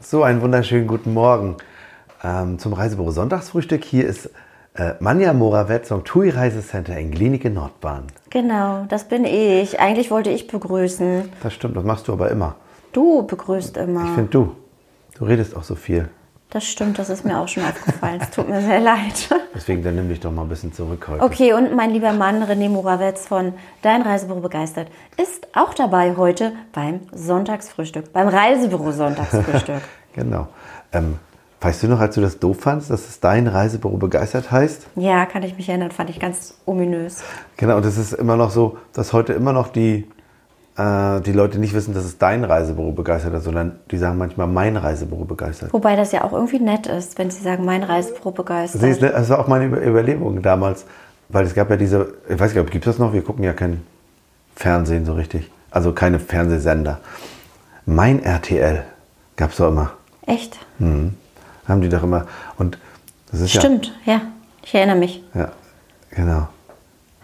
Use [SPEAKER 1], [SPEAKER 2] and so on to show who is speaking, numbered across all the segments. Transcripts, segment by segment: [SPEAKER 1] So einen wunderschönen guten Morgen ähm, zum Reisebüro Sonntagsfrühstück. Hier ist äh, Manja Morawetz vom TUI Reisecenter in Glienicke Nordbahn.
[SPEAKER 2] Genau, das bin ich. Eigentlich wollte ich begrüßen.
[SPEAKER 1] Das stimmt, das machst du aber immer.
[SPEAKER 2] Du begrüßt immer.
[SPEAKER 1] Ich finde du. Du redest auch so viel.
[SPEAKER 2] das stimmt, das ist mir auch schon aufgefallen. Es tut mir sehr leid.
[SPEAKER 1] Deswegen dann nimm dich doch mal ein bisschen zurück heute.
[SPEAKER 2] Okay, und mein lieber Mann René Morawetz von Dein Reisebüro begeistert ist auch dabei heute beim Sonntagsfrühstück, beim Reisebüro Sonntagsfrühstück.
[SPEAKER 1] Genau. Ähm, weißt du noch, als du das doof fandst, dass es dein Reisebüro begeistert heißt?
[SPEAKER 2] ja, kann ich mich erinnern, fand ich ganz ominös.
[SPEAKER 1] Genau, und es ist immer noch so, dass heute immer noch die, äh, die Leute nicht wissen, dass es dein Reisebüro begeistert hat, sondern die sagen manchmal mein Reisebüro begeistert.
[SPEAKER 2] Wobei das ja auch irgendwie nett ist, wenn sie sagen, mein Reisebüro begeistert.
[SPEAKER 1] Siehst du, ne, Das war auch meine Über- Überlegung damals, weil es gab ja diese, ich weiß gar nicht, gibt es das noch? Wir gucken ja kein Fernsehen so richtig. Also keine Fernsehsender. Mein RTL gab es doch immer.
[SPEAKER 2] Echt?
[SPEAKER 1] Mhm. Haben die doch immer. Und das ist
[SPEAKER 2] Stimmt, ja. Ich erinnere mich.
[SPEAKER 1] ja. Ja, genau.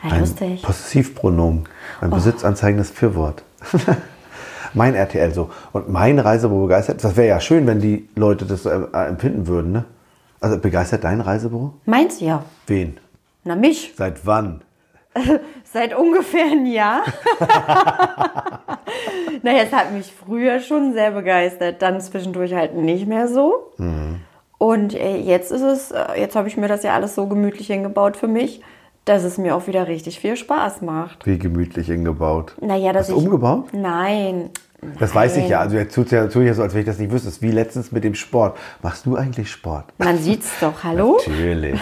[SPEAKER 2] Ja,
[SPEAKER 1] Ein
[SPEAKER 2] lustig. Oh.
[SPEAKER 1] Possessivpronomen. Ein besitzanzeigendes Fürwort. mein RTL so. Und mein Reisebüro begeistert. Das wäre ja schön, wenn die Leute das so äh, empfinden würden, ne? Also begeistert dein Reisebüro?
[SPEAKER 2] Meinst du ja?
[SPEAKER 1] Wen?
[SPEAKER 2] Na mich.
[SPEAKER 1] Seit wann?
[SPEAKER 2] Seit ungefähr ein Jahr. naja, es hat mich früher schon sehr begeistert, dann zwischendurch halt nicht mehr so. Und äh, jetzt ist es, äh, jetzt habe ich mir das ja alles so gemütlich hingebaut für mich, dass es mir auch wieder richtig viel Spaß macht.
[SPEAKER 1] Wie gemütlich hingebaut.
[SPEAKER 2] Naja, dass
[SPEAKER 1] Hast du
[SPEAKER 2] ich.
[SPEAKER 1] umgebaut?
[SPEAKER 2] Nein.
[SPEAKER 1] Das weiß ich ja. Also jetzt tut ja, tut ja so, als wenn ich das nicht wüsste. Das ist wie letztens mit dem Sport. Machst du eigentlich Sport?
[SPEAKER 2] Man sieht's doch, hallo?
[SPEAKER 1] Natürlich.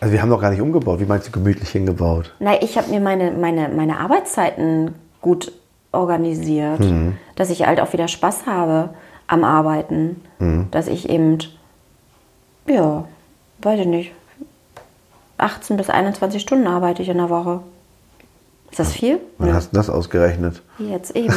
[SPEAKER 1] also wir haben doch gar nicht umgebaut. Wie meinst du gemütlich hingebaut?
[SPEAKER 2] Nein, ich habe mir meine, meine, meine Arbeitszeiten gut organisiert, dass ich halt auch wieder Spaß habe am Arbeiten, dass ich eben, ja, weiß ich nicht, 18 bis 21 Stunden arbeite ich in der Woche. Ist das viel?
[SPEAKER 1] Wann
[SPEAKER 2] Nö.
[SPEAKER 1] hast du das ausgerechnet?
[SPEAKER 2] Jetzt eben.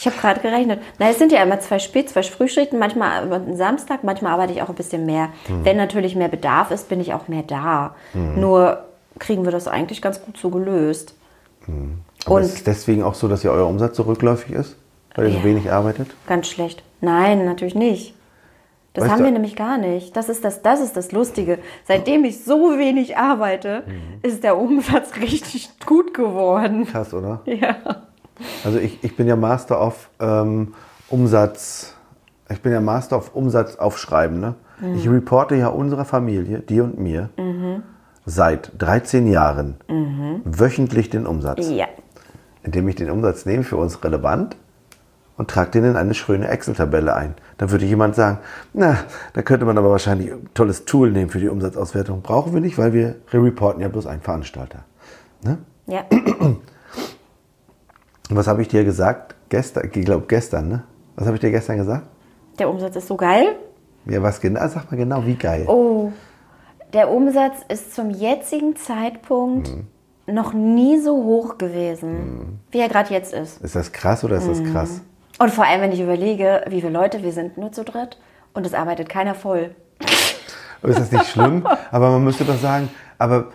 [SPEAKER 2] Ich habe gerade gerechnet. Na, es sind ja immer zwei Spät-, zwei Frühschichten, manchmal über den Samstag, manchmal arbeite ich auch ein bisschen mehr. Wenn natürlich mehr Bedarf ist, bin ich auch mehr da. Nur kriegen wir das eigentlich ganz gut so gelöst.
[SPEAKER 1] Aber
[SPEAKER 2] Und-
[SPEAKER 1] ist es deswegen auch so, dass ja euer Umsatz so rückläufig ist? Weil ihr so
[SPEAKER 2] Ja.
[SPEAKER 1] wenig arbeitet?
[SPEAKER 2] Ganz schlecht. Nein, natürlich nicht. Das
[SPEAKER 1] Weißt
[SPEAKER 2] haben
[SPEAKER 1] du-
[SPEAKER 2] wir nämlich gar nicht. Das ist das, das ist das Lustige. Seitdem ich so wenig arbeite,
[SPEAKER 1] Mhm.
[SPEAKER 2] ist der Umsatz richtig gut geworden.
[SPEAKER 1] Krass, oder?
[SPEAKER 2] Ja.
[SPEAKER 1] Also ich, ich bin ja Master of ähm, Umsatz. Ich bin ja Master of Umsatz aufschreiben. Ne? Ich reporte ja unserer Familie, dir und mir, seit 13 Jahren wöchentlich den Umsatz,
[SPEAKER 2] Ja.
[SPEAKER 1] indem ich den Umsatz nehme für uns relevant und trage den in eine schöne Excel-Tabelle ein. Dann würde jemand sagen, na, da könnte man aber wahrscheinlich ein tolles Tool nehmen für die Umsatzauswertung. Brauchen wir nicht, weil wir reporten ja bloß einen Veranstalter. Ne?
[SPEAKER 2] Ja.
[SPEAKER 1] Und was habe ich dir gesagt? Gestern, ich glaube gestern, ne? Was habe ich dir gestern gesagt?
[SPEAKER 2] Der Umsatz ist so geil.
[SPEAKER 1] Ja, was genau? Sag mal genau, wie geil.
[SPEAKER 2] Oh, der Umsatz ist zum jetzigen Zeitpunkt
[SPEAKER 1] Mhm.
[SPEAKER 2] noch nie so hoch gewesen, wie er gerade jetzt ist.
[SPEAKER 1] Ist das krass oder ist das krass?
[SPEAKER 2] Und vor allem, wenn ich überlege, wie viele Leute wir sind, nur zu dritt und es arbeitet keiner voll.
[SPEAKER 1] Aber Ist das nicht schlimm? aber man müsste doch sagen, aber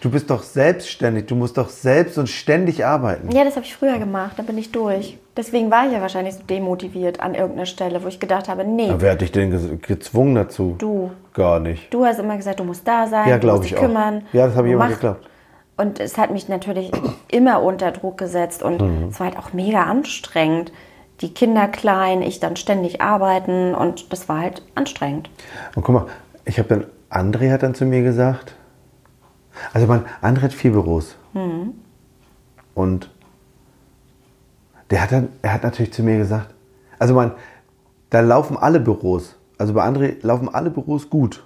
[SPEAKER 1] du bist doch selbstständig, du musst doch selbst und ständig arbeiten.
[SPEAKER 2] Ja, das habe ich früher gemacht, dann bin ich durch. Deswegen war ich ja wahrscheinlich so demotiviert an irgendeiner Stelle, wo ich gedacht habe, nee,
[SPEAKER 1] Aber wer hat dich denn ge- gezwungen dazu?
[SPEAKER 2] Du.
[SPEAKER 1] Gar nicht.
[SPEAKER 2] du hast immer gesagt, du musst da sein,
[SPEAKER 1] Ja,
[SPEAKER 2] du
[SPEAKER 1] glaub
[SPEAKER 2] musst dich
[SPEAKER 1] ich auch.
[SPEAKER 2] kümmern.
[SPEAKER 1] Ja, das habe ich
[SPEAKER 2] du
[SPEAKER 1] immer
[SPEAKER 2] machst.
[SPEAKER 1] geglaubt.
[SPEAKER 2] Und es hat mich natürlich immer unter Druck gesetzt und
[SPEAKER 1] Mhm.
[SPEAKER 2] es war halt auch mega anstrengend. Die Kinder klein, ich dann ständig arbeiten und das war halt anstrengend.
[SPEAKER 1] Und guck mal, ich habe dann, André hat dann zu mir gesagt, also man, André hat vier Büros. Und der hat dann, er hat natürlich zu mir gesagt, also man, da laufen alle Büros, also bei André laufen alle Büros gut.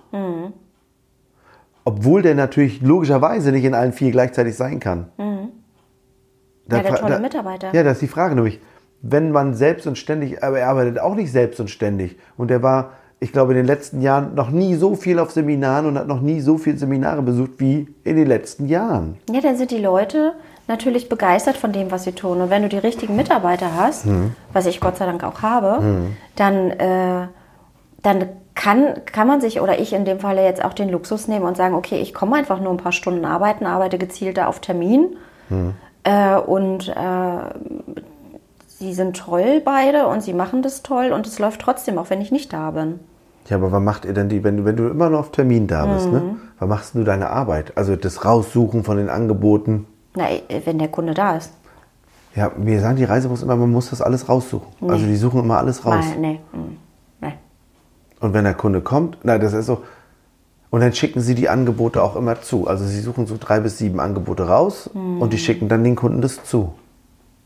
[SPEAKER 1] Obwohl der natürlich logischerweise nicht in allen vier gleichzeitig sein kann. Da
[SPEAKER 2] Ja, der
[SPEAKER 1] fra-
[SPEAKER 2] tolle Mitarbeiter.
[SPEAKER 1] Ja, das ist die Frage nämlich. Wenn man selbst und ständig, aber er arbeitet auch nicht selbst und ständig. Und er war, ich glaube, in den letzten Jahren noch nie so viel auf Seminaren und hat noch nie so viele Seminare besucht wie in den letzten Jahren.
[SPEAKER 2] Ja, dann sind die Leute natürlich begeistert von dem, was sie tun. Und wenn du die richtigen Mitarbeiter hast, was ich Gott sei Dank auch habe, dann, äh, dann kann, kann man sich oder ich in dem Falle jetzt auch den Luxus nehmen und sagen, okay, ich komme einfach nur ein paar Stunden arbeiten, arbeite gezielter auf Termin äh, und äh, sie sind toll beide und sie machen das toll und es läuft trotzdem, auch wenn ich nicht da bin.
[SPEAKER 1] Ja, aber wann macht ihr denn die, wenn, du- wenn du immer nur auf Termin da bist, ne? Wann machst du deine Arbeit? Also das Raussuchen von den Angeboten.
[SPEAKER 2] Na, äh, wenn der Kunde da ist.
[SPEAKER 1] Ja, mir sagen die Reisebüros immer, man muss das alles raussuchen. Also die suchen immer alles raus.
[SPEAKER 2] Mal, nee. mm, nee.
[SPEAKER 1] Und wenn der Kunde kommt, na, das ist so. Und dann schicken sie die Angebote auch immer zu. Also sie suchen so drei bis sieben Angebote raus und die schicken dann den Kunden das zu.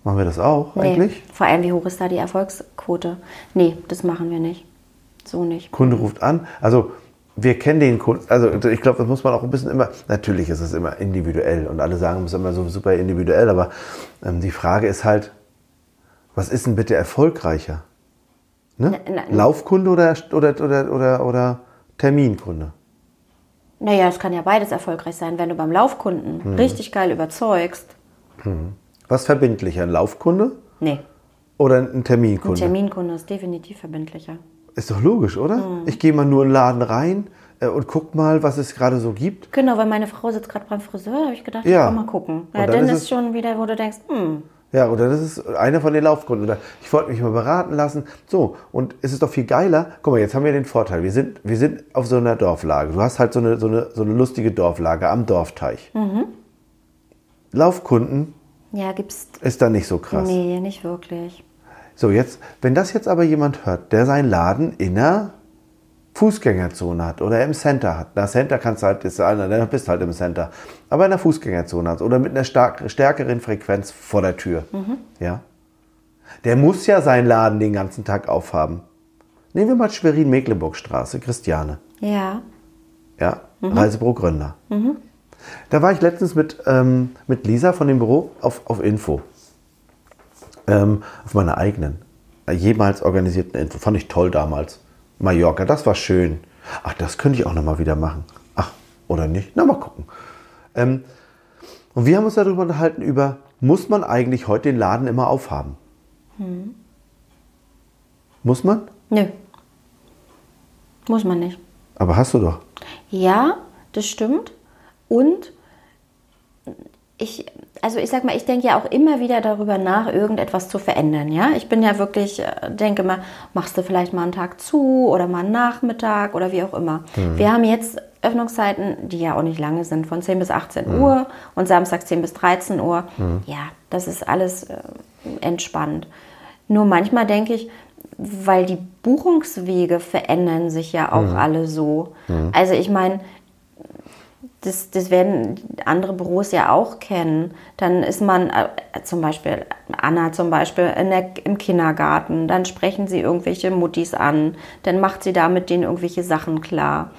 [SPEAKER 1] Machen wir das auch eigentlich?
[SPEAKER 2] Nee. Vor allem, wie hoch ist da die Erfolgsquote? Nee, das machen wir nicht. So nicht.
[SPEAKER 1] Kunde ruft an. Also wir kennen den Kunden. Also ich glaube, das muss man auch ein bisschen immer. Natürlich ist es immer individuell und alle sagen, es ist immer so super individuell. Aber ähm, die Frage ist halt, was ist denn bitte erfolgreicher? Ne?
[SPEAKER 2] Na- na-
[SPEAKER 1] Laufkunde oder, oder, oder, oder, oder Terminkunde?
[SPEAKER 2] Naja, es kann ja beides erfolgreich sein, wenn du beim Laufkunden
[SPEAKER 1] Hm.
[SPEAKER 2] richtig geil überzeugst.
[SPEAKER 1] Was verbindlicher? Ein Laufkunde
[SPEAKER 2] Nee,
[SPEAKER 1] oder ein
[SPEAKER 2] ein
[SPEAKER 1] Terminkunde?
[SPEAKER 2] Terminkunde ist definitiv verbindlicher.
[SPEAKER 1] Ist doch logisch, oder?
[SPEAKER 2] Mhm.
[SPEAKER 1] Ich gehe mal nur in den Laden rein äh, und guck mal, was es gerade so gibt.
[SPEAKER 2] Genau, weil meine Frau sitzt gerade beim Friseur, habe ich gedacht,
[SPEAKER 1] Ja.
[SPEAKER 2] ich komm mal gucken.
[SPEAKER 1] Und
[SPEAKER 2] Ja,
[SPEAKER 1] dann
[SPEAKER 2] dann
[SPEAKER 1] ist
[SPEAKER 2] ist
[SPEAKER 1] es-
[SPEAKER 2] schon wieder, wo du denkst, hm,
[SPEAKER 1] Ja, oder das ist einer von den Laufgründen. Oder ich wollte mich mal beraten lassen. So, und es ist doch viel geiler. Guck mal, jetzt haben wir den Vorteil. Wir sind, wir sind auf so einer Dorflage. Du hast halt so eine, so eine, so eine lustige Dorflage am Dorfteich. Laufkunden
[SPEAKER 2] ja, gibt's.
[SPEAKER 1] ist da nicht so krass.
[SPEAKER 2] Nee, nicht wirklich.
[SPEAKER 1] So, jetzt, wenn das jetzt aber jemand hört, der seinen Laden in einer Fußgängerzone hat oder im Center hat. Na, Center kannst du halt, ist einer, dann bist du halt im Center. Aber in einer Fußgängerzone hat oder mit einer stark, stärkeren Frequenz vor der Tür. Ja. Der muss ja seinen Laden den ganzen Tag aufhaben. Nehmen wir mal Schwerin-Mecklenburg-Straße, Christiane.
[SPEAKER 2] Ja.
[SPEAKER 1] Ja,
[SPEAKER 2] Mhm.
[SPEAKER 1] Reisebüro Gründer. Da war ich letztens mit, ähm, mit Lisa von dem Büro auf, auf Info. Ähm, auf meiner eigenen, äh, jemals organisierten Info. Fand ich toll damals. Mallorca, das war schön. Ach, das könnte ich auch nochmal wieder machen. Ach, oder nicht? Na, mal gucken. Ähm, und wir haben uns darüber unterhalten, über, muss man eigentlich heute den Laden immer aufhaben?
[SPEAKER 2] Mhm.
[SPEAKER 1] Muss man?
[SPEAKER 2] Nö. Muss man nicht.
[SPEAKER 1] Aber hast du doch.
[SPEAKER 2] Ja, das stimmt. Und ich, also ich sag mal, ich denke ja auch immer wieder darüber nach, irgendetwas zu verändern. Ja, ich bin ja wirklich, äh, denke mal, machst du vielleicht mal einen Tag zu oder mal einen Nachmittag oder wie auch immer. Wir haben jetzt Öffnungszeiten, die ja auch nicht lange sind, von 10 bis 18 Uhr und samstags 10 bis 13 Uhr. Ja, das ist alles äh, entspannt. Nur manchmal denke ich, weil die Buchungswege verändern sich ja auch alle so. Also ich meine, das, das werden andere Büros ja auch kennen. Dann ist man äh, zum Beispiel, Anna zum Beispiel, in der, im Kindergarten, dann sprechen sie irgendwelche Muttis an, dann macht sie da mit denen irgendwelche Sachen klar.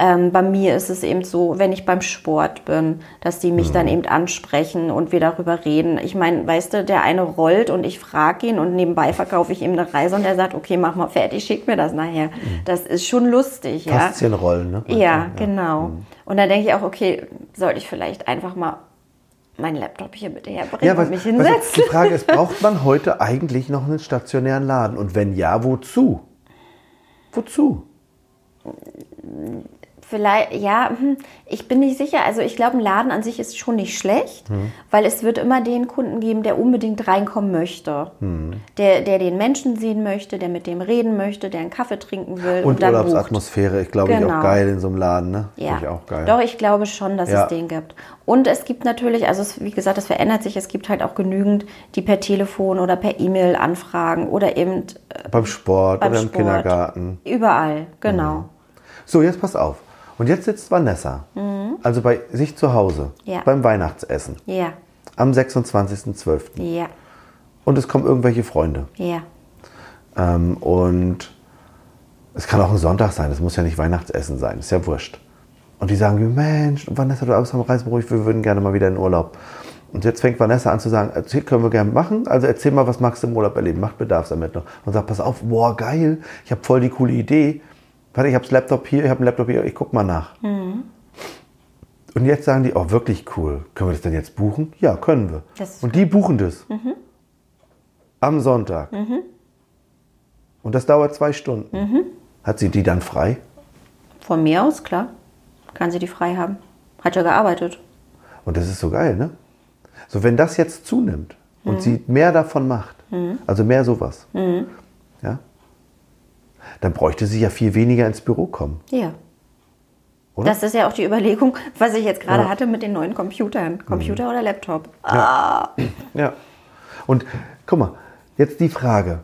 [SPEAKER 2] Ähm, bei mir ist es eben so, wenn ich beim Sport bin, dass die mich dann eben ansprechen und wir darüber reden. Ich meine, weißt du, der eine rollt und ich frage ihn und nebenbei verkaufe ich ihm eine Reise und er sagt, okay, mach mal fertig, schick mir das nachher. Das ist schon lustig, ja.
[SPEAKER 1] Kastienrollen, ne?
[SPEAKER 2] Ja, genau. Und da denke ich auch, okay, sollte ich vielleicht einfach mal meinen Laptop hier bitte herbringen
[SPEAKER 1] Ja, was,
[SPEAKER 2] und mich
[SPEAKER 1] was, die
[SPEAKER 2] hinsetzen?
[SPEAKER 1] Frage ist, braucht man heute eigentlich noch einen stationären Laden? Und wenn ja, wozu? Wozu?
[SPEAKER 2] Vielleicht, ja, hm, ich bin nicht sicher. Also ich glaube, ein Laden an sich ist schon nicht schlecht, weil es wird immer den Kunden geben, der unbedingt reinkommen möchte. Der, der den Menschen sehen möchte, der mit dem reden möchte, der einen Kaffee trinken will und,
[SPEAKER 1] Und
[SPEAKER 2] dann bucht.
[SPEAKER 1] Urlaubsatmosphäre, ich glaube, ich auch
[SPEAKER 2] Genau.
[SPEAKER 1] geil in so einem Laden, ne?
[SPEAKER 2] Ja.
[SPEAKER 1] Finde Ich auch geil.
[SPEAKER 2] Doch, ich glaube schon, dass
[SPEAKER 1] Ja.
[SPEAKER 2] es den gibt. Und es gibt natürlich, also es, wie gesagt, es verändert sich, es gibt halt auch genügend, die per Telefon oder per E-Mail anfragen oder eben äh,
[SPEAKER 1] Beim Sport
[SPEAKER 2] beim
[SPEAKER 1] oder im
[SPEAKER 2] Sport.
[SPEAKER 1] Kindergarten.
[SPEAKER 2] Überall, genau.
[SPEAKER 1] So, jetzt pass auf. Und jetzt sitzt Vanessa, also bei sich zu Hause,
[SPEAKER 2] Mhm. Ja.
[SPEAKER 1] beim Weihnachtsessen
[SPEAKER 2] Ja,
[SPEAKER 1] am 26.12.
[SPEAKER 2] ja,
[SPEAKER 1] Und es kommen irgendwelche Freunde.
[SPEAKER 2] ja.
[SPEAKER 1] Ähm, und es kann auch ein Sonntag sein, es muss ja nicht Weihnachtsessen sein, ist ja wurscht. Und die sagen, wie, Mensch, Vanessa, du arbeitest am Reisenberuf, wir würden gerne mal wieder in Urlaub. Und jetzt fängt Vanessa an zu sagen, erzähl, können wir gerne machen, also erzähl mal, was magst du im Urlaub erleben, macht Bedarfsermittlung. Und sagt, pass auf, boah, geil, ich habe voll die coole Idee. Warte, ich habe das Laptop hier, ich habe einen Laptop hier, ich guck mal nach.
[SPEAKER 2] Mhm.
[SPEAKER 1] Und jetzt sagen die, oh, wirklich cool, können wir das denn jetzt buchen? Ja, können wir.
[SPEAKER 2] Das ist Mhm.
[SPEAKER 1] Und die buchen das. Am Sonntag. Und das dauert zwei Stunden. Hat sie die dann frei?
[SPEAKER 2] Von mir aus, klar. Kann sie die frei haben. Hat ja gearbeitet.
[SPEAKER 1] Und das ist so geil, ne? So, wenn das jetzt zunimmt und sie mehr davon macht, Also mehr sowas. Ja? Dann bräuchte sie ja viel weniger ins Büro kommen.
[SPEAKER 2] Ja.
[SPEAKER 1] Oder?
[SPEAKER 2] Das ist ja auch die Überlegung, was ich jetzt gerade
[SPEAKER 1] Ja. Mhm.
[SPEAKER 2] hatte mit den neuen Computern. Computer oder Laptop? Ah.
[SPEAKER 1] Ja. Und guck mal, jetzt die Frage.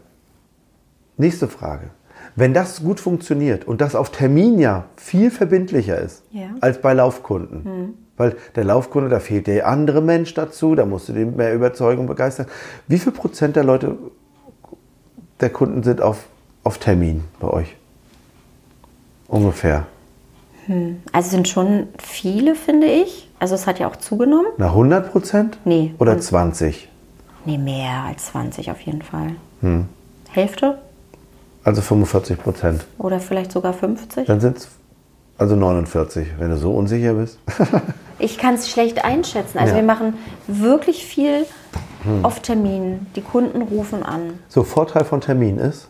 [SPEAKER 1] Nächste Frage. Wenn das gut funktioniert und das auf Termin ja viel verbindlicher ist
[SPEAKER 2] Ja. Hm.
[SPEAKER 1] als bei Laufkunden, weil der Laufkunde, da fehlt der andere Mensch dazu, da musst du den mehr Überzeugung begeistern. Wie viel Prozent der Leute, der Kunden sind auf, auf Termin bei euch? Ungefähr.
[SPEAKER 2] Also sind schon viele, finde ich. Also es hat ja auch zugenommen.
[SPEAKER 1] Na 100 Prozent?
[SPEAKER 2] Nee.
[SPEAKER 1] Oder
[SPEAKER 2] Und-
[SPEAKER 1] 20?
[SPEAKER 2] Nee, mehr als 20 auf jeden Fall.
[SPEAKER 1] Hm.
[SPEAKER 2] Hälfte
[SPEAKER 1] Also 45 Prozent.
[SPEAKER 2] oder vielleicht sogar 50.
[SPEAKER 1] Dann sind es also 49, wenn du so unsicher bist.
[SPEAKER 2] Ich kann es schlecht einschätzen. Also
[SPEAKER 1] Ja. Hm.
[SPEAKER 2] wir machen wirklich viel auf Termin. Die Kunden rufen an.
[SPEAKER 1] So, Vorteil von Termin ist,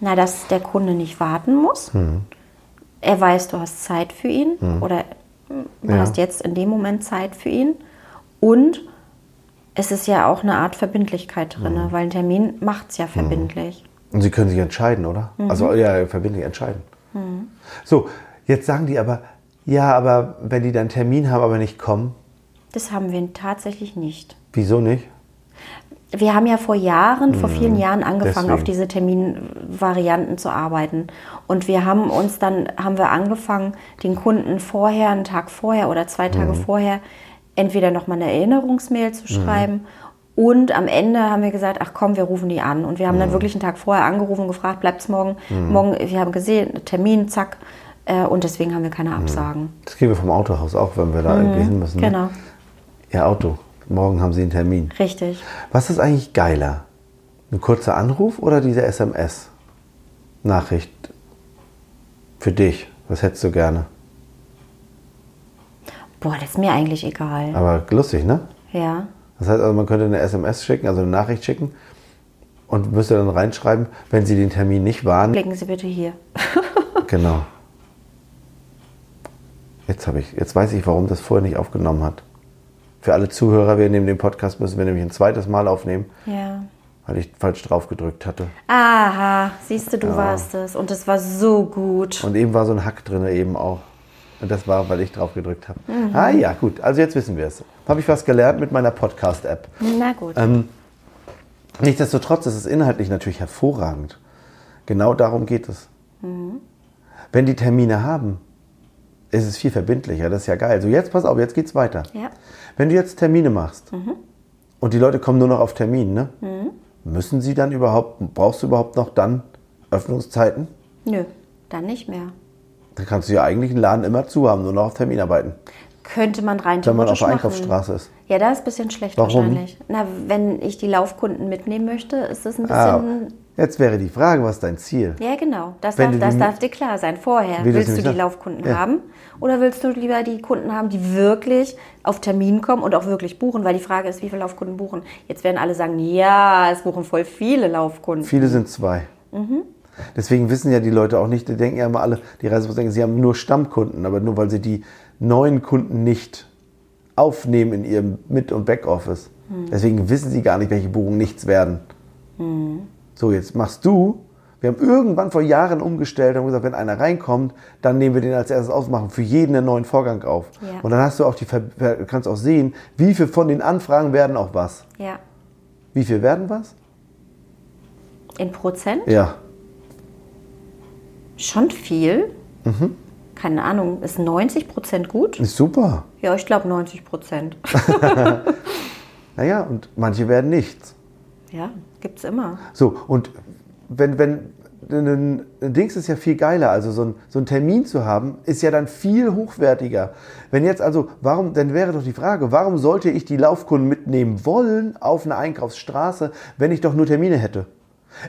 [SPEAKER 2] Na, dass der Kunde nicht warten muss.
[SPEAKER 1] Hm.
[SPEAKER 2] Er weiß, du hast Zeit für ihn oder hm, du
[SPEAKER 1] Ja.
[SPEAKER 2] hast jetzt in dem Moment Zeit für ihn. Und es ist ja auch eine Art Verbindlichkeit drin,
[SPEAKER 1] Hm.
[SPEAKER 2] weil ein Termin macht es ja verbindlich.
[SPEAKER 1] und sie können sich entscheiden, oder? Also, ja, verbindlich entscheiden. So, jetzt sagen die aber, ja, aber wenn die dann Termin haben, aber nicht kommen,
[SPEAKER 2] Das haben wir tatsächlich nicht.
[SPEAKER 1] wieso nicht?
[SPEAKER 2] Wir haben ja vor Jahren, vor vielen Jahren angefangen,
[SPEAKER 1] Deswegen.
[SPEAKER 2] auf diese Terminvarianten zu arbeiten. Und wir haben uns dann, haben wir angefangen, den Kunden vorher, einen Tag vorher oder zwei Tage vorher, entweder nochmal eine Erinnerungsmail zu schreiben. Und am Ende haben wir gesagt, ach komm, wir rufen die an. Und wir haben dann wirklich einen Tag vorher angerufen und gefragt, bleibt's morgen? Morgen, wir haben gesehen, Termin, zack. Äh, Und deswegen haben wir keine Absagen.
[SPEAKER 1] Das kriegen wir vom Autohaus auch, wenn wir da irgendwie hin müssen. ne?
[SPEAKER 2] Genau,
[SPEAKER 1] Ihr Auto, morgen haben sie einen Termin.
[SPEAKER 2] richtig.
[SPEAKER 1] Was ist eigentlich geiler? Ein kurzer Anruf oder diese SMS-Nachricht für dich? Was hättest du gerne?
[SPEAKER 2] Boah, das ist mir eigentlich egal.
[SPEAKER 1] Aber lustig, ne?
[SPEAKER 2] Ja.
[SPEAKER 1] Das heißt also, man könnte eine SMS schicken, also eine Nachricht schicken und müsste dann reinschreiben, wenn Sie den Termin nicht wahren.
[SPEAKER 2] Klicken Sie bitte hier.
[SPEAKER 1] Genau. Jetzt habe ich, jetzt weiß ich, warum das vorher nicht aufgenommen hat. Für alle Zuhörer, wir nehmen den Podcast, müssen wir nämlich ein zweites Mal aufnehmen,
[SPEAKER 2] Ja.
[SPEAKER 1] weil ich falsch drauf gedrückt hatte.
[SPEAKER 2] Aha, siehst du, du warst es. Und es war so gut.
[SPEAKER 1] Und eben war so ein Hack drin, eben auch. Und das war, weil ich drauf gedrückt habe. Ah ja, gut. Also jetzt wissen wir es. Habe ich was gelernt mit meiner Podcast-App.
[SPEAKER 2] Na gut.
[SPEAKER 1] Ähm. Nichtsdestotrotz ist es inhaltlich natürlich hervorragend. Genau darum geht es.
[SPEAKER 2] Mhm.
[SPEAKER 1] Wenn die Termine haben, ist es viel verbindlicher. Das ist ja geil. So, jetzt pass auf, jetzt geht's weiter.
[SPEAKER 2] Ja. Mhm.
[SPEAKER 1] Wenn du jetzt Termine machst und die Leute kommen nur noch auf Termin, ne? Müssen sie dann überhaupt, brauchst du überhaupt noch dann Öffnungszeiten?
[SPEAKER 2] Nö, dann nicht mehr.
[SPEAKER 1] Dann kannst du ja eigentlich einen Laden immer zu haben, nur noch auf Termin arbeiten.
[SPEAKER 2] Könnte man rein
[SPEAKER 1] Wenn man auf
[SPEAKER 2] theoretisch
[SPEAKER 1] der
[SPEAKER 2] machen.
[SPEAKER 1] Einkaufsstraße ist.
[SPEAKER 2] Ja, da ist ein bisschen schlecht
[SPEAKER 1] Warum?
[SPEAKER 2] wahrscheinlich. Na, wenn ich die Laufkunden mitnehmen möchte, ist das ein
[SPEAKER 1] Ah,
[SPEAKER 2] bisschen.
[SPEAKER 1] jetzt wäre die Frage, was ist dein Ziel?
[SPEAKER 2] Ja, genau. Das,
[SPEAKER 1] Wenn
[SPEAKER 2] darf,
[SPEAKER 1] du die
[SPEAKER 2] das
[SPEAKER 1] mit-
[SPEAKER 2] darf dir klar sein. Vorher.
[SPEAKER 1] Wie du es
[SPEAKER 2] Willst du
[SPEAKER 1] nämlich
[SPEAKER 2] die
[SPEAKER 1] sagst.
[SPEAKER 2] Laufkunden
[SPEAKER 1] Ja.
[SPEAKER 2] haben? Oder willst du lieber die Kunden haben, die wirklich auf Termin kommen und auch wirklich buchen? Weil die Frage ist, wie viele Laufkunden buchen? Jetzt werden alle sagen, ja, es buchen voll viele Laufkunden.
[SPEAKER 1] Viele sind zwei. Deswegen wissen ja die Leute auch nicht, die denken ja immer alle, die Reisebüros denken, sie haben nur Stammkunden, aber nur weil sie die neuen Kunden nicht aufnehmen in ihrem Mit- und Backoffice. Deswegen wissen sie gar nicht, welche Buchungen nichts werden. So, jetzt machst du, wir haben irgendwann vor Jahren umgestellt und gesagt, wenn einer reinkommt, dann nehmen wir den als erstes auf, machen für jeden einen neuen Vorgang auf.
[SPEAKER 2] Ja.
[SPEAKER 1] Und dann hast du auch die, Ver- kannst auch sehen, wie viel von den Anfragen werden auch was.
[SPEAKER 2] Ja.
[SPEAKER 1] Wie viel werden was?
[SPEAKER 2] In Prozent?
[SPEAKER 1] Ja,
[SPEAKER 2] Schon viel.
[SPEAKER 1] Mhm.
[SPEAKER 2] Keine Ahnung, ist 90 Prozent gut?
[SPEAKER 1] ist super.
[SPEAKER 2] Ja, ich glaube 90 Prozent.
[SPEAKER 1] Naja, und manche werden nichts.
[SPEAKER 2] Ja, gibt's immer.
[SPEAKER 1] So, und wenn, wenn ein ein Dings ist ja viel geiler, also so ein, so ein Termin zu haben, ist ja dann viel hochwertiger. Wenn jetzt also, warum, dann wäre doch die Frage, warum sollte ich die Laufkunden mitnehmen wollen auf eine Einkaufsstraße, wenn ich doch nur Termine hätte?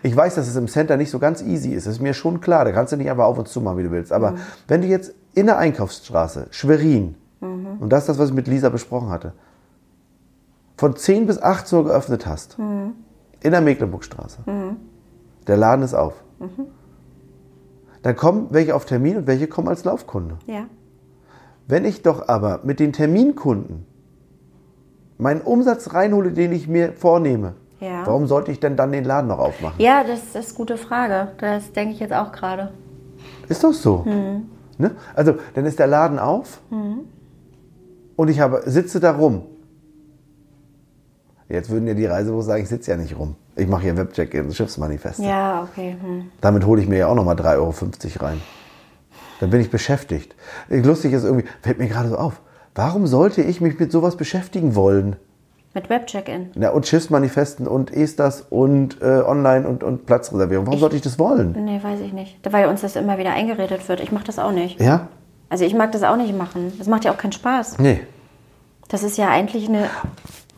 [SPEAKER 1] Ich weiß, dass es im Center nicht so ganz easy ist, ist mir schon klar, da kannst du nicht einfach auf und zu machen, wie du willst. Aber wenn du jetzt in der Einkaufsstraße, Schwerin, und das ist das, was ich mit Lisa besprochen hatte, von 10 bis 18 Uhr geöffnet hast, in der Mecklenburgstraße. Der Laden ist auf. Dann kommen welche auf Termin und welche kommen als Laufkunde.
[SPEAKER 2] Ja.
[SPEAKER 1] Wenn ich doch aber mit den Terminkunden meinen Umsatz reinhole, den ich mir vornehme,
[SPEAKER 2] Ja.
[SPEAKER 1] Warum sollte ich denn dann den Laden noch aufmachen?
[SPEAKER 2] Ja, das ist gute Frage. Das denke ich jetzt auch gerade.
[SPEAKER 1] Ist doch so. Ne? Also, dann ist der Laden auf und ich habe, sitze da rum. Jetzt würden ja die Reisebüros sagen, ich sitze ja nicht rum. Ich mache hier Webcheck in Schiffsmanifest.
[SPEAKER 2] Ja, okay. Hm.
[SPEAKER 1] Damit hole ich mir ja auch nochmal 3,50 Euro rein. Dann bin ich beschäftigt. Lustig ist irgendwie, fällt mir gerade so auf, warum sollte ich mich mit sowas beschäftigen wollen?
[SPEAKER 2] Mit Webcheck-In.
[SPEAKER 1] Na, und Schiffsmanifesten und E Estas und äh, Online und, und Platzreservierung. Warum sollte ich das wollen?
[SPEAKER 2] Nee, weiß ich nicht. Weil uns das immer wieder eingeredet wird. Ich mache das auch nicht.
[SPEAKER 1] Ja?
[SPEAKER 2] Also ich mag das auch nicht machen. Das macht ja auch keinen Spaß.
[SPEAKER 1] Nee.
[SPEAKER 2] Das ist ja eigentlich eine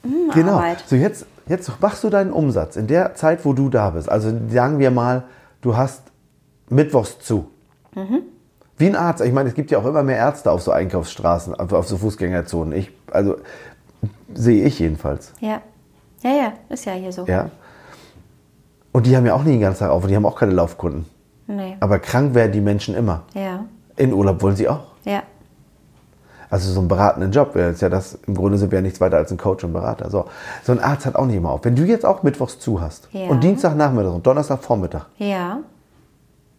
[SPEAKER 2] hm,
[SPEAKER 1] Genau.
[SPEAKER 2] Arbeit.
[SPEAKER 1] So, jetzt, jetzt machst du deinen Umsatz in der Zeit, wo du da bist. Also sagen wir mal, du hast Mittwochs zu. Wie ein Arzt. Ich meine, es gibt ja auch immer mehr Ärzte auf so Einkaufsstraßen, auf, auf so Fußgängerzonen. Ich, also sehe ich jedenfalls.
[SPEAKER 2] Ja. Ja, ja. Ist ja hier so.
[SPEAKER 1] Ja. Und die haben ja auch nie den ganzen Tag auf und die haben auch keine Laufkunden.
[SPEAKER 2] Nee.
[SPEAKER 1] Aber krank werden die Menschen immer.
[SPEAKER 2] Ja.
[SPEAKER 1] In Urlaub wollen sie auch.
[SPEAKER 2] Ja.
[SPEAKER 1] Also so einen beratenden Job wäre jetzt ja das. Im Grunde sind wir ja nichts weiter als ein Coach und Berater. So, so ein Arzt hat auch nicht immer auf. Wenn du jetzt auch mittwochs zu hast
[SPEAKER 2] Ja.
[SPEAKER 1] und Dienstagnachmittag und Donnerstagvormittag
[SPEAKER 2] Ja.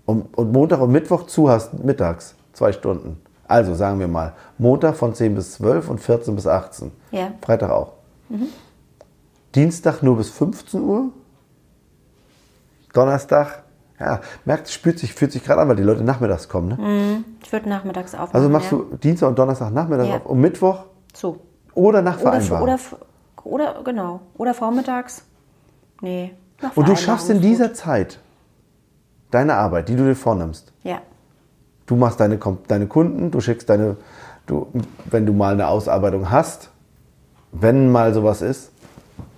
[SPEAKER 1] und, und Montag und Mittwoch zu hast, mittags, zwei Stunden. Also sagen wir mal, Montag von 10 bis 12 und 14 bis 18.
[SPEAKER 2] Ja. Mhm.
[SPEAKER 1] Freitag auch. Dienstag nur bis 15 Uhr. Donnerstag, ja, merkt, spürt sich, fühlt sich gerade an, weil die Leute nachmittags kommen. Ne?
[SPEAKER 2] Hm. Ich würde nachmittags aufmachen.
[SPEAKER 1] Also machst
[SPEAKER 2] Mhm, ja.
[SPEAKER 1] du Dienstag und Donnerstag nachmittags
[SPEAKER 2] Ja.
[SPEAKER 1] auf und Mittwoch
[SPEAKER 2] Zu.
[SPEAKER 1] oder nach
[SPEAKER 2] Oder,
[SPEAKER 1] Vereinbarung.
[SPEAKER 2] oder, oder, genau. Oder vormittags. Nee. Nach
[SPEAKER 1] Und du
[SPEAKER 2] Vereinbarung
[SPEAKER 1] schaffst in
[SPEAKER 2] ist
[SPEAKER 1] dieser
[SPEAKER 2] gut.
[SPEAKER 1] Zeit deine Arbeit, die du dir vornimmst.
[SPEAKER 2] Ja.
[SPEAKER 1] Du machst deine, Kom- deine Kunden, du schickst deine, du, wenn du mal eine Ausarbeitung hast, wenn mal sowas ist,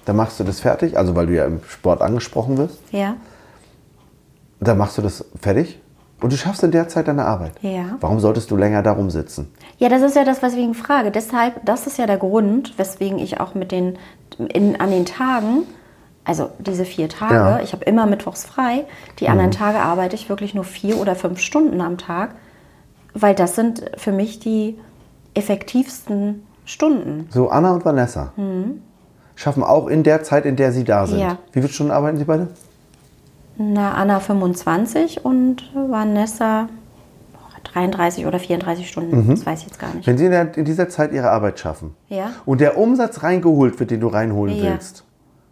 [SPEAKER 1] dann machst du das fertig, also weil du ja im Sport angesprochen wirst,
[SPEAKER 2] Ja.
[SPEAKER 1] dann machst du das fertig und du schaffst in der Zeit deine Arbeit.
[SPEAKER 2] Ja.
[SPEAKER 1] Warum solltest du länger darum sitzen?
[SPEAKER 2] Ja, das ist ja das, weswegen ich frage. Deshalb, das ist ja der Grund, weswegen ich auch mit den in, an den Tagen, also diese vier Tage,
[SPEAKER 1] Ja. Mhm.
[SPEAKER 2] ich habe immer mittwochs frei, die anderen Tage arbeite ich wirklich nur vier oder fünf Stunden am Tag, weil das sind für mich die effektivsten Stunden.
[SPEAKER 1] So, Anna und Vanessa schaffen auch in der Zeit, in der sie da sind.
[SPEAKER 2] Mhm. Ja.
[SPEAKER 1] Wie viele Stunden arbeiten sie beide?
[SPEAKER 2] Na, Anna 25 und Vanessa 33 oder 34 Stunden, das weiß ich jetzt gar nicht.
[SPEAKER 1] Wenn sie in, der, in dieser Zeit ihre Arbeit schaffen
[SPEAKER 2] Ja.
[SPEAKER 1] und der Umsatz reingeholt wird, den du reinholen
[SPEAKER 2] Ja.
[SPEAKER 1] willst,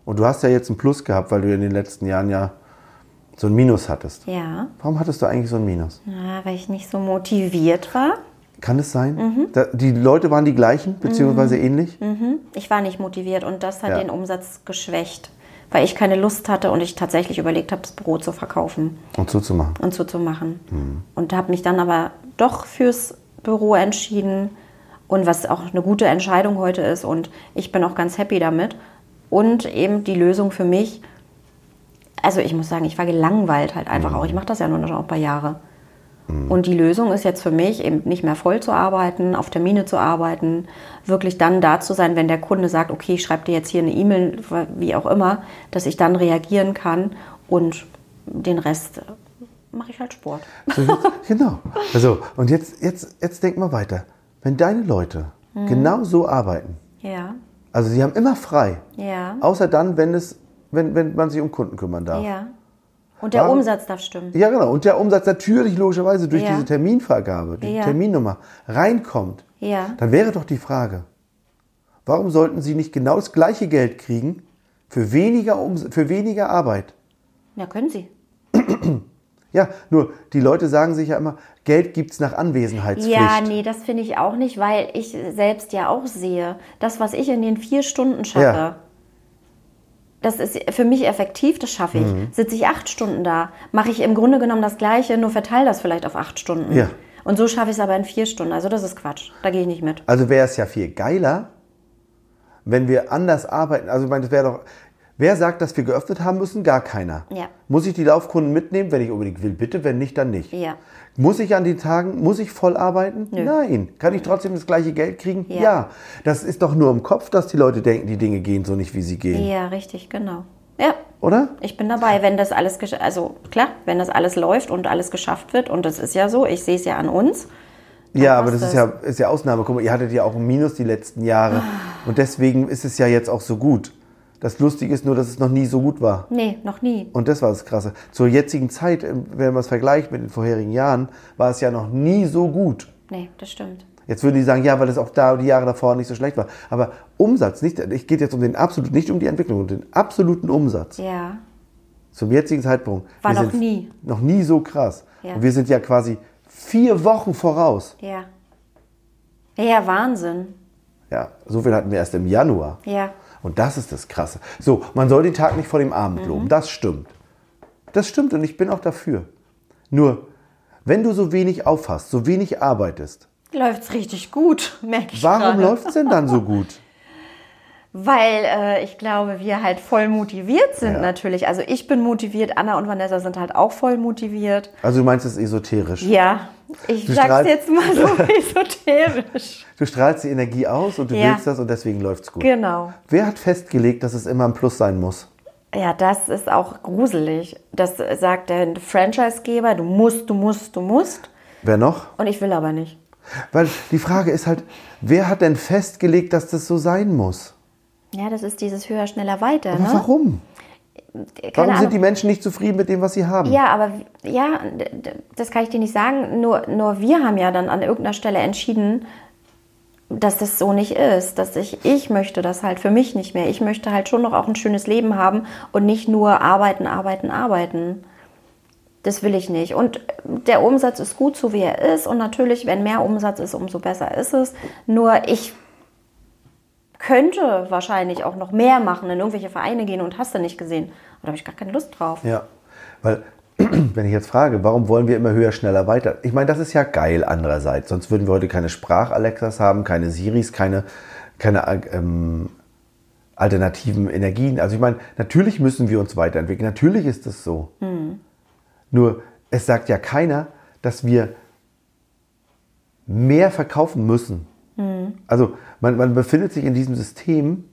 [SPEAKER 1] und du hast ja jetzt einen Plus gehabt, weil du in den letzten Jahren ja so ein Minus hattest.
[SPEAKER 2] Ja,
[SPEAKER 1] Warum hattest du eigentlich so ein Minus?
[SPEAKER 2] na, weil ich nicht so motiviert war.
[SPEAKER 1] Kann es sein?
[SPEAKER 2] Mhm.
[SPEAKER 1] Da, die Leute waren die gleichen, beziehungsweise ähnlich?
[SPEAKER 2] Ich war nicht motiviert und das hat
[SPEAKER 1] Ja.
[SPEAKER 2] den Umsatz geschwächt, weil ich keine Lust hatte und ich tatsächlich überlegt habe, das Büro zu verkaufen
[SPEAKER 1] Und so zu machen.
[SPEAKER 2] und zuzumachen. Und habe mich dann aber doch fürs Büro entschieden und was auch eine gute Entscheidung heute ist und ich bin auch ganz happy damit. Und eben die Lösung für mich, also ich muss sagen, ich war gelangweilt halt einfach auch. Ich mache das ja nun schon auch ein paar Jahre. Mhm. Und die Lösung ist jetzt für mich, eben nicht mehr voll zu arbeiten, auf Termine zu arbeiten, wirklich dann da zu sein, wenn der Kunde sagt, okay, ich schreibe dir jetzt hier eine E-Mail, wie auch immer, dass ich dann reagieren kann und den Rest mache ich halt Sport.
[SPEAKER 1] So, jetzt, genau. Also, und jetzt, jetzt, jetzt denk mal weiter. Wenn deine Leute
[SPEAKER 2] Mhm.
[SPEAKER 1] genau so arbeiten,
[SPEAKER 2] Ja,
[SPEAKER 1] also sie haben immer frei,
[SPEAKER 2] ja,
[SPEAKER 1] außer dann, wenn, es, wenn, wenn man sich um Kunden kümmern darf.
[SPEAKER 2] ja. Und der
[SPEAKER 1] Warum-
[SPEAKER 2] Umsatz darf stimmen.
[SPEAKER 1] Ja, genau. Und der Umsatz natürlich logischerweise durch
[SPEAKER 2] Ja.
[SPEAKER 1] diese Terminvergabe, die
[SPEAKER 2] Ja.
[SPEAKER 1] Terminnummer reinkommt,
[SPEAKER 2] Ja,
[SPEAKER 1] dann wäre doch die Frage, warum sollten Sie nicht genau das gleiche Geld kriegen für weniger, Ums für weniger Arbeit?
[SPEAKER 2] ja können Sie.
[SPEAKER 1] Ja, nur die Leute sagen sich ja immer, Geld gibt's nach Anwesenheitspflicht.
[SPEAKER 2] Ja, nee, das finde ich auch nicht, weil ich selbst ja auch sehe, das, was ich in den vier Stunden schaffe,
[SPEAKER 1] Ja.
[SPEAKER 2] das ist für mich effektiv, das schaffe ich.
[SPEAKER 1] Mhm.
[SPEAKER 2] Sitze ich acht Stunden da, mache ich im Grunde genommen das Gleiche, nur verteile das vielleicht auf acht Stunden.
[SPEAKER 1] Ja.
[SPEAKER 2] Und so schaffe ich es aber in vier Stunden. Also das ist Quatsch. Da gehe ich nicht mit.
[SPEAKER 1] Also wäre es ja viel geiler, wenn wir anders arbeiten. Also ich meine, das wäre doch. Wer sagt, dass wir geöffnet haben müssen? Gar keiner.
[SPEAKER 2] Ja.
[SPEAKER 1] Muss ich die Laufkunden mitnehmen, wenn ich unbedingt will? Bitte, wenn nicht, dann nicht.
[SPEAKER 2] Ja.
[SPEAKER 1] Muss ich an den Tagen, muss ich voll arbeiten? Nein. Kann ich trotzdem das gleiche Geld kriegen?
[SPEAKER 2] Ja.
[SPEAKER 1] Das ist doch nur im Kopf, dass die Leute denken, die Dinge gehen so nicht, wie sie gehen.
[SPEAKER 2] Ja, richtig, genau. Ja.
[SPEAKER 1] Oder?
[SPEAKER 2] Ich bin dabei, wenn das alles, gesch- also klar, wenn das alles läuft und alles geschafft wird, und das ist ja so, ich sehe es ja an uns.
[SPEAKER 1] Ja, aber das
[SPEAKER 2] passt
[SPEAKER 1] ist ja,
[SPEAKER 2] das.
[SPEAKER 1] ist ja Ausnahme. Guck mal, ihr hattet ja auch ein Minus die letzten Jahre. Und deswegen ist es ja jetzt auch so gut. Das Lustige ist nur, dass es noch nie so gut war.
[SPEAKER 2] Nee, noch nie.
[SPEAKER 1] Und das war das Krasse. Zur jetzigen Zeit, äh, wenn man es vergleicht mit den vorherigen Jahren, war es ja noch nie so gut.
[SPEAKER 2] Nee, das stimmt.
[SPEAKER 1] Jetzt würden die sagen, ja, weil das auch da die Jahre davor nicht so schlecht war. Aber Umsatz, nicht, ich geht jetzt um den absoluten, nicht um die Entwicklung, um den absoluten Umsatz.
[SPEAKER 2] Ja.
[SPEAKER 1] Zum jetzigen Zeitpunkt.
[SPEAKER 2] War
[SPEAKER 1] wir
[SPEAKER 2] noch
[SPEAKER 1] sind
[SPEAKER 2] nie.
[SPEAKER 1] Noch nie so krass.
[SPEAKER 2] Ja.
[SPEAKER 1] Und wir sind ja quasi vier Wochen voraus.
[SPEAKER 2] Ja. Ja, Wahnsinn.
[SPEAKER 1] Ja, so viel hatten wir erst im Januar.
[SPEAKER 2] Ja.
[SPEAKER 1] Und das ist das Krasse. So, man soll den Tag nicht vor dem Abend
[SPEAKER 2] Mhm.
[SPEAKER 1] loben. Das stimmt. Das stimmt und ich bin auch dafür. Nur, wenn du so wenig aufhast, so wenig arbeitest,
[SPEAKER 2] Läuft's richtig gut, merke ich
[SPEAKER 1] warum
[SPEAKER 2] gerade.
[SPEAKER 1] läuft es denn dann so gut?
[SPEAKER 2] Weil äh, ich glaube, wir halt voll motiviert sind
[SPEAKER 1] Ja.
[SPEAKER 2] natürlich. Also ich bin motiviert, Anna und Vanessa sind halt auch voll motiviert.
[SPEAKER 1] Also du meinst es esoterisch.
[SPEAKER 2] Ja, ich
[SPEAKER 1] Du
[SPEAKER 2] sag's
[SPEAKER 1] strahlst-
[SPEAKER 2] jetzt mal so esoterisch.
[SPEAKER 1] Du strahlst die Energie aus und du
[SPEAKER 2] Ja.
[SPEAKER 1] willst das und deswegen läuft es gut.
[SPEAKER 2] Genau.
[SPEAKER 1] Wer hat festgelegt, dass es immer ein Plus sein muss?
[SPEAKER 2] Ja, das ist auch gruselig. Das sagt der Franchisegeber, du musst, du musst, du musst.
[SPEAKER 1] Wer noch?
[SPEAKER 2] Und ich will aber nicht.
[SPEAKER 1] Weil die Frage ist halt, wer hat denn festgelegt, dass das so sein muss?
[SPEAKER 2] Ja, das ist dieses höher, schneller, weiter.
[SPEAKER 1] Aber
[SPEAKER 2] Ne?
[SPEAKER 1] warum?
[SPEAKER 2] Keine
[SPEAKER 1] Warum
[SPEAKER 2] Ahnung.
[SPEAKER 1] sind die Menschen nicht zufrieden mit dem, was sie haben?
[SPEAKER 2] Ja, aber w- ja, d- d- das kann ich dir nicht sagen. Nur, nur wir haben ja dann an irgendeiner Stelle entschieden, dass das so nicht ist. Dass ich, ich möchte das halt für mich nicht mehr. Ich möchte halt schon noch auch ein schönes Leben haben und nicht nur arbeiten, arbeiten, arbeiten. Das will ich nicht. Und der Umsatz ist gut, so wie er ist. Und natürlich, wenn mehr Umsatz ist, umso besser ist es. Nur ich könnte wahrscheinlich auch noch mehr machen, in irgendwelche Vereine gehen und hast du nicht gesehen. Und da habe ich gar keine Lust drauf.
[SPEAKER 1] Ja, weil wenn ich jetzt frage, warum wollen wir immer höher, schneller, weiter? Ich meine, das ist ja geil andererseits. Sonst würden wir heute keine Sprach-Alexas haben, keine Siris, keine, keine ähm, alternativen Energien. Also ich meine, natürlich müssen wir uns weiterentwickeln. Natürlich ist es so. Nur es sagt ja keiner, dass wir mehr verkaufen müssen. Also man, man befindet sich in diesem System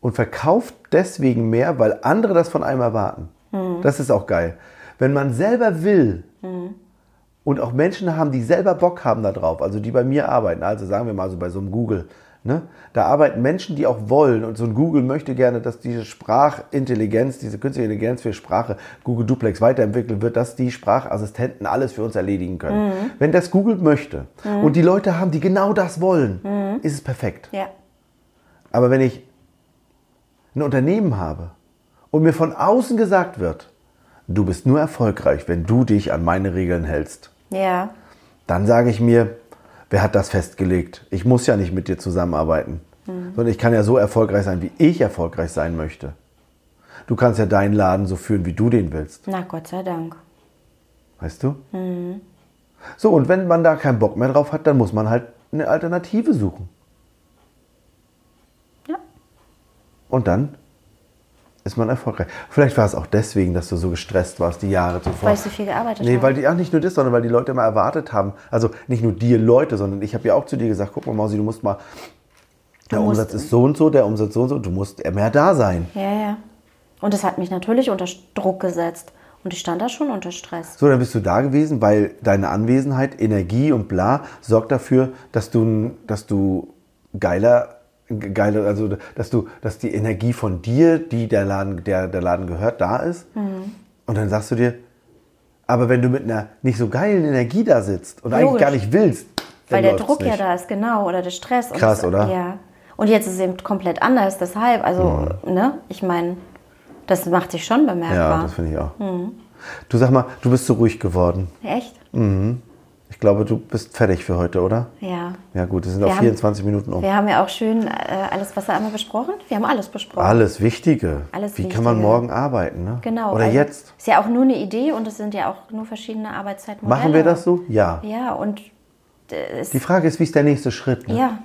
[SPEAKER 1] und verkauft deswegen mehr, weil andere das von einem erwarten. Das ist auch geil. Wenn man selber will und auch Menschen haben, die selber Bock haben darauf, also die bei mir arbeiten, also sagen wir mal so bei so einem Google, ne? da arbeiten Menschen, die auch wollen und so ein Google möchte gerne, dass diese Sprachintelligenz, diese künstliche Intelligenz für Sprache, Google Duplex weiterentwickelt wird, dass die Sprachassistenten alles für uns erledigen können. Wenn das Google möchte und die Leute haben, die genau das wollen, ist es perfekt.
[SPEAKER 2] Ja.
[SPEAKER 1] Aber wenn ich ein Unternehmen habe und mir von außen gesagt wird, du bist nur erfolgreich, wenn du dich an meine Regeln hältst,
[SPEAKER 2] Ja,
[SPEAKER 1] dann sage ich mir, wer hat das festgelegt? Ich muss ja nicht mit dir zusammenarbeiten, sondern ich kann ja so erfolgreich sein, wie ich erfolgreich sein möchte. Du kannst ja deinen Laden so führen, wie du den willst.
[SPEAKER 2] na Gott sei Dank.
[SPEAKER 1] Weißt du? So, und wenn man da keinen Bock mehr drauf hat, dann muss man halt eine Alternative suchen.
[SPEAKER 2] Ja.
[SPEAKER 1] Und dann ist man erfolgreich. Vielleicht war es auch deswegen, dass du so gestresst warst die Jahre zuvor.
[SPEAKER 2] Weil ich so viel gearbeitet
[SPEAKER 1] Nee,
[SPEAKER 2] habe.
[SPEAKER 1] weil die, ach, nicht nur das, sondern weil die Leute immer erwartet haben. Also nicht nur dir Leute, sondern ich habe ja auch zu dir gesagt, guck mal, Mausi, du musst mal, der
[SPEAKER 2] musst-
[SPEAKER 1] Umsatz ist so und so, der Umsatz so und so, du musst mehr da sein.
[SPEAKER 2] Ja, ja. Und das hat mich natürlich unter Druck gesetzt. Und ich stand da schon unter Stress.
[SPEAKER 1] So, dann bist du da gewesen, weil deine Anwesenheit, Energie und bla sorgt dafür, dass du, n- dass du geiler, ge- geiler, also dass du, dass die Energie von dir, die der Laden, der, der Laden gehört, da ist.
[SPEAKER 2] Mhm.
[SPEAKER 1] Und dann sagst du dir, aber wenn du mit einer nicht so geilen Energie da sitzt und eigentlich
[SPEAKER 2] Logisch.
[SPEAKER 1] gar nicht willst, dann
[SPEAKER 2] Weil der
[SPEAKER 1] läuft's
[SPEAKER 2] Druck ja
[SPEAKER 1] nicht.
[SPEAKER 2] da ist, genau. Oder der Stress. Und
[SPEAKER 1] Krass,
[SPEAKER 2] das,
[SPEAKER 1] oder?
[SPEAKER 2] Ja. Und jetzt ist es eben komplett anders. Deshalb, also, ne? Ich meine, das macht sich schon
[SPEAKER 1] Hm. Ja,
[SPEAKER 2] bemerkbar.
[SPEAKER 1] das finde ich auch.
[SPEAKER 2] Mhm.
[SPEAKER 1] Du sag mal, du bist so ruhig geworden.
[SPEAKER 2] Echt?
[SPEAKER 1] Ich glaube, du bist fertig für heute, oder?
[SPEAKER 2] Ja.
[SPEAKER 1] Ja gut, es sind
[SPEAKER 2] Wir
[SPEAKER 1] auch
[SPEAKER 2] haben-
[SPEAKER 1] 24 Minuten um.
[SPEAKER 2] Wir haben ja auch schön äh, alles, was da einmal besprochen. Wir haben alles besprochen.
[SPEAKER 1] Alles Wichtige.
[SPEAKER 2] Oh. Alles
[SPEAKER 1] Wie kann man
[SPEAKER 2] Wichtige.
[SPEAKER 1] morgen arbeiten? Ne?
[SPEAKER 2] Genau.
[SPEAKER 1] Oder
[SPEAKER 2] also,
[SPEAKER 1] jetzt?
[SPEAKER 2] Ist ja auch nur eine Idee und es sind ja auch nur verschiedene Arbeitszeitmodelle.
[SPEAKER 1] Machen wir das so? Ja.
[SPEAKER 2] Ja, und äh, es
[SPEAKER 1] Die Frage ist, wie ist der nächste Schritt? Ne?
[SPEAKER 2] Ja.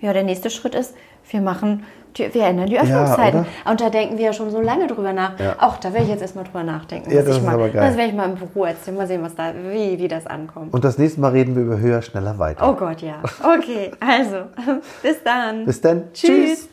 [SPEAKER 2] Ja, der nächste Schritt ist, wir machen, die, wir ändern die
[SPEAKER 1] oder?
[SPEAKER 2] Öffnungszeiten. und da denken wir ja schon so lange drüber nach.
[SPEAKER 1] Ja.
[SPEAKER 2] Auch da werde ich jetzt erstmal drüber nachdenken.
[SPEAKER 1] Ja,
[SPEAKER 2] was
[SPEAKER 1] das
[SPEAKER 2] ich
[SPEAKER 1] ist
[SPEAKER 2] mal,
[SPEAKER 1] aber geil.
[SPEAKER 2] Das werde ich mal im Büro erzählen. Mal sehen, was da, wie, wie das ankommt.
[SPEAKER 1] Und das nächste Mal reden wir über höher, schneller, weiter.
[SPEAKER 2] Oh Gott, ja. Okay, also, bis dann.
[SPEAKER 1] Bis dann.
[SPEAKER 2] Tschüss.